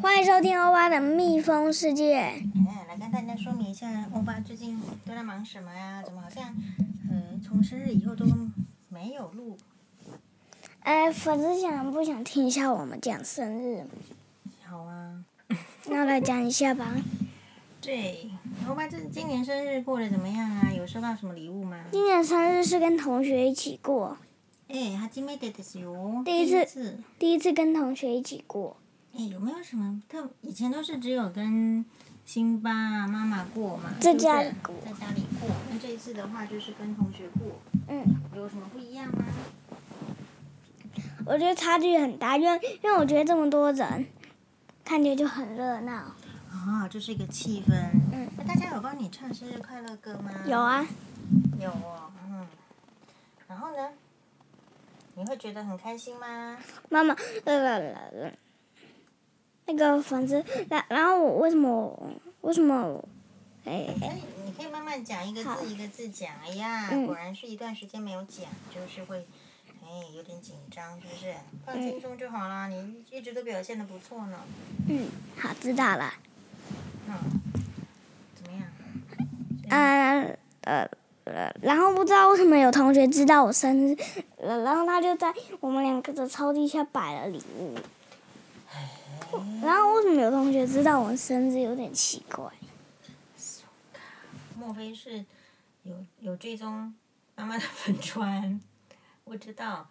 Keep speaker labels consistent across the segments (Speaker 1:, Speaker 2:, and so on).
Speaker 1: 欢迎收听欧巴的蜜蜂世界。
Speaker 2: 哎，来跟大家说明一下，欧巴最近都在忙什么呀？怎么好像，呃，从生日以后都没有录？
Speaker 1: 哎，粉丝想不想听一下我们讲生日？
Speaker 2: 好啊，
Speaker 1: 那来讲一下吧。
Speaker 2: 对，欧巴这今年生日过得怎么样啊？有收到什么礼物吗？
Speaker 1: 今年生日是跟同学一起过，
Speaker 2: 哎，还真没得的是哟，
Speaker 1: 第一次
Speaker 2: 一次。
Speaker 1: 第一次跟同学一起过。
Speaker 2: 哎，有没有什么特？以前都是只有跟辛巴啊妈妈过嘛，
Speaker 1: 在
Speaker 2: 是不是
Speaker 1: 家里过
Speaker 2: 在家里过。那这一次的话，就是跟同学过，
Speaker 1: 嗯，
Speaker 2: 有什么不一样吗？
Speaker 1: 我觉得差距很大，因为因为我觉得这么多人，看起来就很热闹。
Speaker 2: 啊、就是一个气氛。
Speaker 1: 嗯，
Speaker 2: 那大家有帮你唱生日快乐歌吗？
Speaker 1: 有啊，
Speaker 2: 有哦，嗯。然后呢？你会觉得很开心吗？
Speaker 1: 妈妈，呃，那个粉丝，然然后我为什么我为什么我，哎，
Speaker 2: 哎，你可以慢慢讲，一个
Speaker 1: 好
Speaker 2: 字一个字讲。哎呀，
Speaker 1: 嗯
Speaker 2: 果然是一段时间没有讲，就是会，哎，有点紧张，是不是？放轻松就好啦，你一直都表现的不错呢。
Speaker 1: 嗯，好，知道了。
Speaker 2: 嗯，怎么样？
Speaker 1: 呃呃呃，然后不知道为什么有同学知道我生日，呃然后他就在我们两个的抽屉下摆了礼物。然后为什么有同学知道我生日有点奇怪？
Speaker 2: 莫非是有有追踪妈妈的粉砖？ 我知道，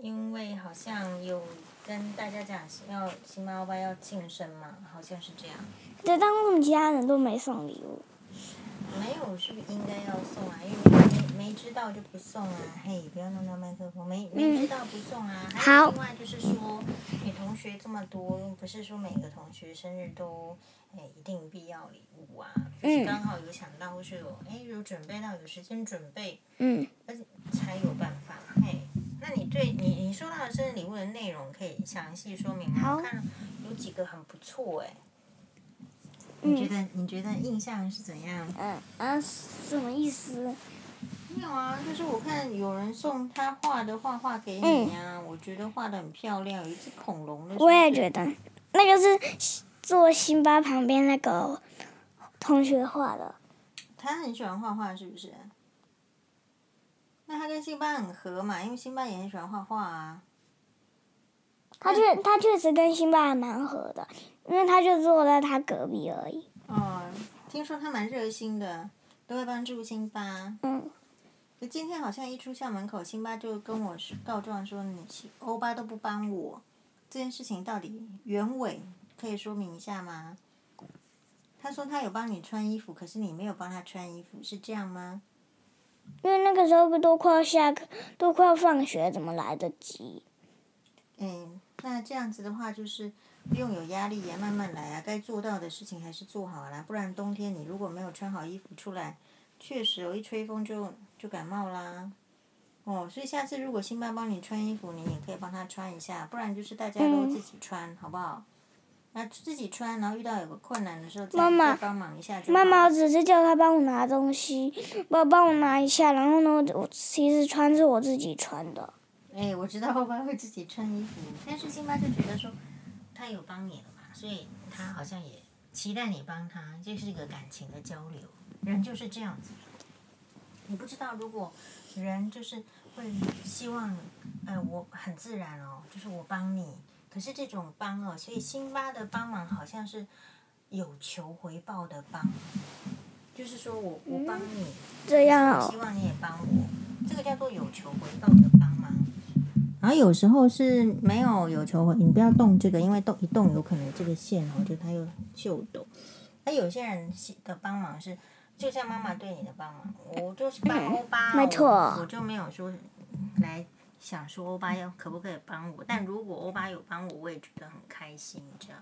Speaker 2: 因为好像有跟大家讲是要新妈妈要庆生嘛，好像是这样。
Speaker 1: 对，但为什么其他人都没送礼物？
Speaker 2: 没有是不是应该要送啊？因为没没知道就不送啊！嘿，不要弄到麦克风，没没知道不送啊。还有
Speaker 1: 嗯好
Speaker 2: 另外就是说，你同学这么多，不是说每个同学生日都哎一定必要礼物啊，就是
Speaker 1: 嗯
Speaker 2: 刚好有想到或是有哎有准备到有时间准备，
Speaker 1: 嗯，
Speaker 2: 而且才有办法。嘿，那你对你你收到的生日礼物的内容可以详细说明吗？
Speaker 1: 好
Speaker 2: 我看有几个很不错哎、你觉得你觉得印象是怎样？
Speaker 1: 嗯啊，什么意思？
Speaker 2: 没有啊，就是我看有人送他画的画画给你啊，我觉得画的很漂亮，有一只恐龙的。
Speaker 1: 嗯我也觉得那个是坐辛巴旁边那个同学画的，
Speaker 2: 他很喜欢画画，是不是？那他跟辛巴很合嘛，因为辛巴也很喜欢画画啊。
Speaker 1: 他确他确实跟辛巴还蛮合的，因为他就坐在他隔壁而已。
Speaker 2: 哦，听说他蛮热心的，都会帮助辛巴。
Speaker 1: 嗯。
Speaker 2: 可今天好像一出校门口，辛巴就跟我告状说你欧巴都不帮我，这件事情到底原委可以说明一下吗？他说他有帮你穿衣服，可是你没有帮他穿衣服，是这样吗？
Speaker 1: 因为那个时候都快要下课，都快要放学，怎么来得及？
Speaker 2: 嗯，那这样子的话就是不用有压力呀，慢慢来啊，该做到的事情还是做好啦，不然冬天你如果没有穿好衣服出来，确实有一吹风就就感冒啦。哦，所以下次如果辛巴帮你穿衣服，你也可以帮他穿一下，不然就是大家都
Speaker 1: 嗯
Speaker 2: 自己穿，好不好？那自己穿，然后遇到有个困难的时候再
Speaker 1: 妈妈
Speaker 2: 再帮忙一下就好
Speaker 1: 妈妈，我只是叫他帮我拿东西，帮帮我拿一下。然后呢，我其实穿是我自己穿的。
Speaker 2: 哎，我知道欧巴会自己穿衣服，但是辛巴就觉得说，他有帮你了嘛，所以他好像也期待你帮他，这是一个感情的交流，人就是这样子。你不知道，如果人就是会希望，呃，我很自然哦，就是我帮你，可是这种帮哦，所以辛巴的帮忙好像是有求回报的帮，就是说我我帮你，
Speaker 1: 这样
Speaker 2: 我
Speaker 1: 哦
Speaker 2: 希，望你也帮我，这个叫做有求回报的帮忙。然后有时候是没有有求回，你不要动这个，因为动一动有可能这个线哦，就它又秀抖。那有些人的帮忙是，就像妈妈对你的帮忙，我就是帮欧巴、哦
Speaker 1: 嗯没错
Speaker 2: 我我就没有说来想说欧巴要可不可以帮我，但如果欧巴有帮我，我也觉得很开心这样。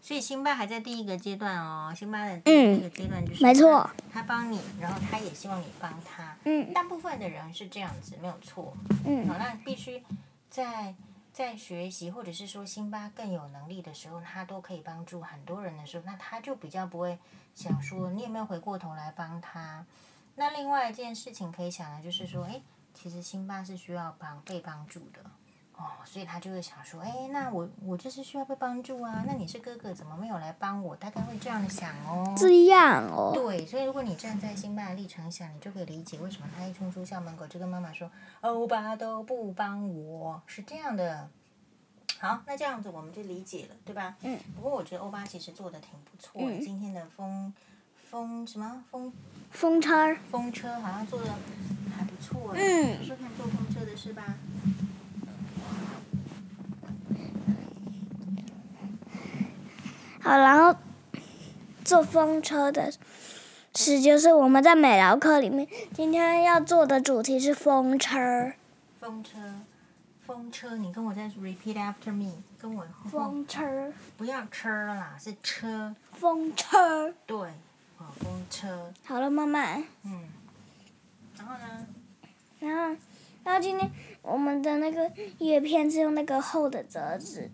Speaker 2: 所以辛巴还在第一个阶段哦，辛巴的第一个阶段就是、
Speaker 1: 嗯没错，
Speaker 2: 他帮你，然后他也希望你帮他。
Speaker 1: 嗯
Speaker 2: 大部分的人是这样子，没有错。好，
Speaker 1: 嗯
Speaker 2: 那必须在在学习或者是说辛巴更有能力的时候，他都可以帮助很多人的时候，那他就比较不会想说你有没有回过头来帮他。那另外一件事情可以想的就是说，诶，其实辛巴是需要帮被帮助的。哦，所以他就会想说，哎，那我我就是需要被帮助啊，那你是哥哥，怎么没有来帮我？大概会这样想哦。
Speaker 1: 这样哦，
Speaker 2: 对，所以如果你站在辛巴的立场想，你就可以理解为什么他一冲出校门口就跟妈妈说：“欧巴都不帮我。”是这样的。好，那这样子我们就理解了，对吧？
Speaker 1: 嗯。
Speaker 2: 不过我觉得欧巴其实做的挺不错的，
Speaker 1: 嗯
Speaker 2: 今天的风风什么风
Speaker 1: 风车儿，
Speaker 2: 风车好像做的还不错。
Speaker 1: 嗯
Speaker 2: 说看坐风车的事吧。
Speaker 1: 好，然后坐风车的是就是我们在美劳课里面今天要做的主题是风车儿，
Speaker 2: 风车，风车，你跟我再 repeat after me，跟我后
Speaker 1: 风车儿，
Speaker 2: 不要车了啦，是车，
Speaker 1: 风车儿。
Speaker 2: 对，哦，风车，
Speaker 1: 好了，妈妈。
Speaker 2: 嗯，然后呢？
Speaker 1: 然后，然后今天我们的那个叶片是用那个厚的折纸，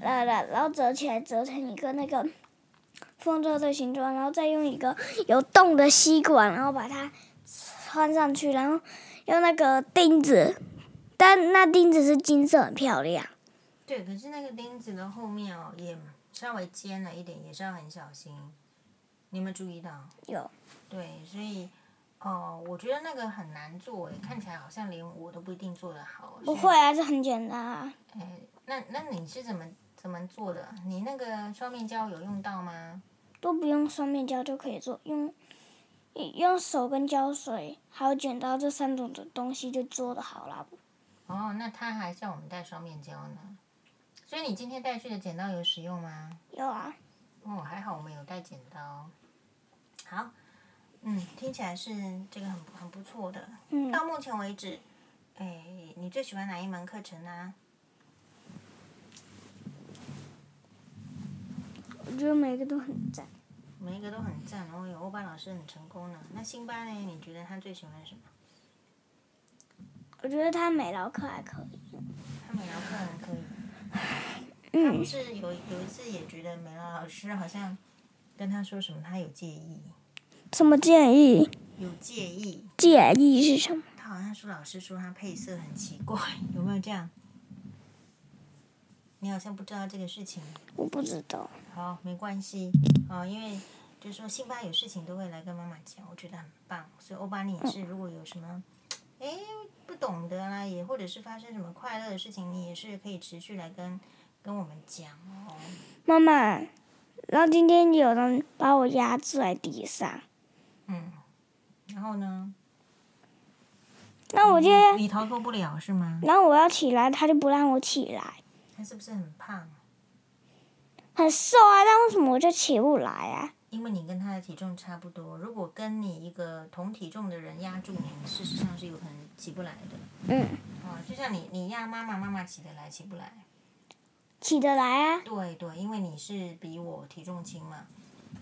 Speaker 1: 然然然后折起来折成一个那个风车的形状，然后再用一个有洞的吸管，然后把它穿上去，然后用那个钉子，但那钉子是金色，哦很漂亮。
Speaker 2: 对，可是那个钉子的后面哦，也稍微尖了一点，也是要很小心。你有没有注意到？
Speaker 1: 有，
Speaker 2: 对，所以，哦、我觉得那个很难做诶，欸看起来好像连我都不一定做得好。
Speaker 1: 不
Speaker 2: 所
Speaker 1: 会
Speaker 2: 以。
Speaker 1: 啊，这很简单啊。
Speaker 2: 哎，那那你是怎么怎么做的？你那个双面胶有用到吗？
Speaker 1: 都不用双面胶就可以做，用用手跟胶水还有剪刀这三种的东西就做的好啦。
Speaker 2: 哦，那他还叫我们带双面胶呢。所以你今天带去的剪刀有使用吗？
Speaker 1: 有啊，
Speaker 2: 哦，还好我们有带剪刀。好，嗯，听起来是这个很不很不错的。
Speaker 1: 嗯，
Speaker 2: 到目前为止，哎，你最喜欢哪一门课程啊呢、
Speaker 1: 我觉得每个都很赞。
Speaker 2: 每一个都很赞，哦哟，欧巴老师很成功呢。那辛巴呢？你觉得他最喜欢什么？
Speaker 1: 我觉得他美劳课还可以。
Speaker 2: 他美劳课很可以。他不
Speaker 1: 嗯，
Speaker 2: 是有有一次也觉得美劳老师好像跟他说什么，他有介意，
Speaker 1: 什么建议？
Speaker 2: 有介意。
Speaker 1: 建议是什么？
Speaker 2: 他好像说老师说他配色很奇怪， 有没有这样？你好像不知道这个事情。
Speaker 1: 我不知道。
Speaker 2: 好，没关系，啊、因为就是说辛巴有事情都会来跟妈妈讲，我觉得很棒。所以欧巴你也是，如果有什么，哎，不懂的啦，也或者是发生什么快乐的事情，你也是可以持续来跟跟我们讲哦。
Speaker 1: 妈妈，然后今天有人把我压制在地上，
Speaker 2: 嗯，然后呢？
Speaker 1: 那我就要，
Speaker 2: 你逃脱不了是吗？
Speaker 1: 然后我要起来，他就不让我起来，
Speaker 2: 他是不是很胖？
Speaker 1: 很瘦啊，但为什么我就起不来啊？
Speaker 2: 因为你跟他的体重差不多，如果跟你一个同体重的人压住你，你事实上是有可能起不来的。
Speaker 1: 嗯，
Speaker 2: 啊、就像你你压妈妈，妈妈起得来，起不来。
Speaker 1: 起得来啊。
Speaker 2: 对对，因为你是比我体重轻嘛，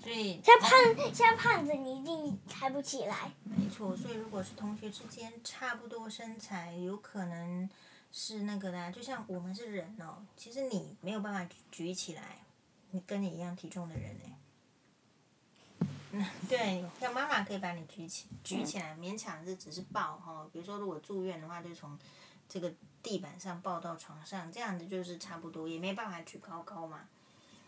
Speaker 2: 所以
Speaker 1: 像胖像胖子，你一定抬不起来。
Speaker 2: 没错，所以如果是同学之间差不多身材，有可能是那个啊啦。就像我们是人哦，其实你没有办法举举起来，你跟你一样体重的人哎。嗯， 对，像妈妈可以把你举起举起来，勉强是只是抱哈、哦。比如说，如果住院的话，就从这个地板上抱到床上，这样子就是差不多，也没办法举高高嘛。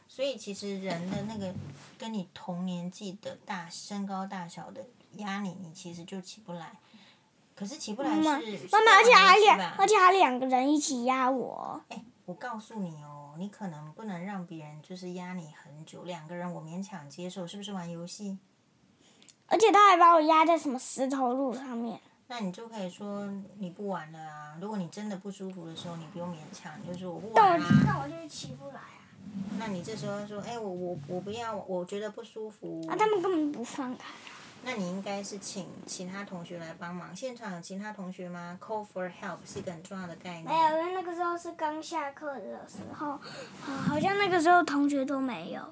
Speaker 2: 所以其实人的那个跟你同年纪的大身高大小的压你，你其实就起不来。可是起不来
Speaker 1: 妈
Speaker 2: 是
Speaker 1: 妈，妈
Speaker 2: 是
Speaker 1: 妈，而且
Speaker 2: 这样
Speaker 1: 还
Speaker 2: 的意思啊
Speaker 1: 两
Speaker 2: 吧，
Speaker 1: 而且还两个人一起压我。
Speaker 2: 哎，我告诉你哦，你可能不能让别人就是压你很久，两个人我勉强接受，是不是玩游戏？
Speaker 1: 而且他还把我压在什么石头路上面。
Speaker 2: 那你就可以说你不玩了啊。如果你真的不舒服的时候，你不用勉强，你就说我不
Speaker 1: 但我
Speaker 2: 玩啦、
Speaker 1: 但我就是起不来啊！
Speaker 2: 那你这时候说，哎，我我我不要，我觉得不舒服。
Speaker 1: 啊，他们根本不放开。
Speaker 2: 那你应该是请其他同学来帮忙。现场有其他同学吗？Call for help 是一个很重要的概
Speaker 1: 没有，
Speaker 2: 念。
Speaker 1: 因为那个时候是刚下课的时候，啊好像那个时候同学都没有。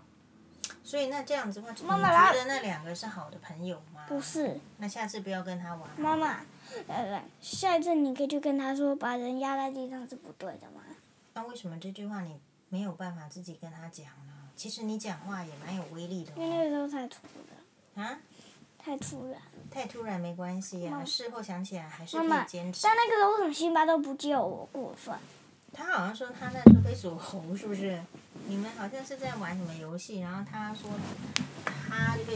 Speaker 2: 所以那这样子的话，
Speaker 1: 妈妈
Speaker 2: 你
Speaker 1: 来
Speaker 2: 觉得那两个是好的朋友吗？
Speaker 1: 不。是，
Speaker 2: 那下次不要跟他玩。
Speaker 1: 妈妈，呃，下一次你可以去跟他说，把人压在地上是不对的嘛。
Speaker 2: 那为什么这句话你没有办法自己跟他讲呢？其实你讲话也蛮有威力的
Speaker 1: 因为那个
Speaker 2: 哦。
Speaker 1: 时候太突然，
Speaker 2: 啊，
Speaker 1: 太突然。
Speaker 2: 太突然没关系
Speaker 1: 妈
Speaker 2: 啊，
Speaker 1: 妈
Speaker 2: 事后想起来还是
Speaker 1: 妈
Speaker 2: 可以
Speaker 1: 妈，
Speaker 2: 坚持
Speaker 1: 但。那个时候为什么辛巴都不救我？过分。
Speaker 2: 他好像说他那时候被锁喉，是不是？你们好像是在玩什么游戏，然后他说他就被啊